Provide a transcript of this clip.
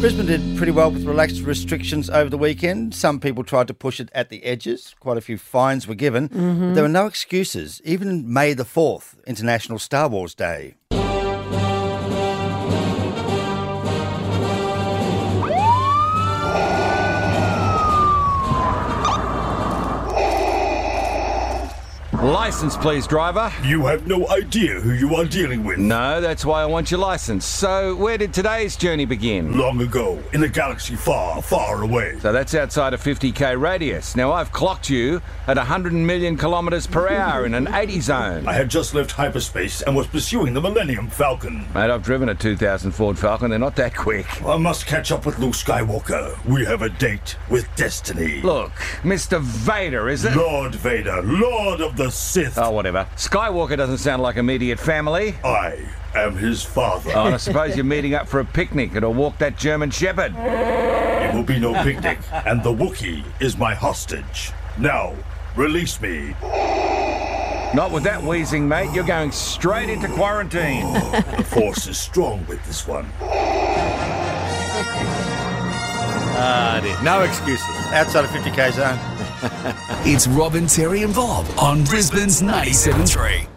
Brisbane did pretty well with relaxed restrictions over the weekend. Some people tried to push it at the edges. Quite a few fines were given. But there were no excuses, even May the 4th, International Star Wars Day. License, please, driver. You have no idea who you are dealing with. No, that's why I want your license. So, where did today's journey begin? Long ago, in a galaxy far, far away. So that's outside a 50k radius. Now I've clocked you at 100 million kilometres per hour in an 80 zone. I had just left hyperspace and was pursuing the Millennium Falcon. Mate, I've driven a 2000 Ford Falcon. They're not that quick. I must catch up with Luke Skywalker. We have a date with destiny. Look, Mr. Vader, is it? Lord Vader, Lord of the Sith. Oh, whatever. Skywalker doesn't sound like immediate family. I am his father. Oh, and I suppose you're meeting up for a picnic and I'll walk that German Shepherd. It will be no picnic, and the Wookiee is my hostage. Now, release me. Not with that wheezing, mate. You're going straight into quarantine. The Force is strong with this one. Ah, dear. No excuses. Outside of 50k zone. It's Robin, Terry, and Bob on Brisbane's 97.3.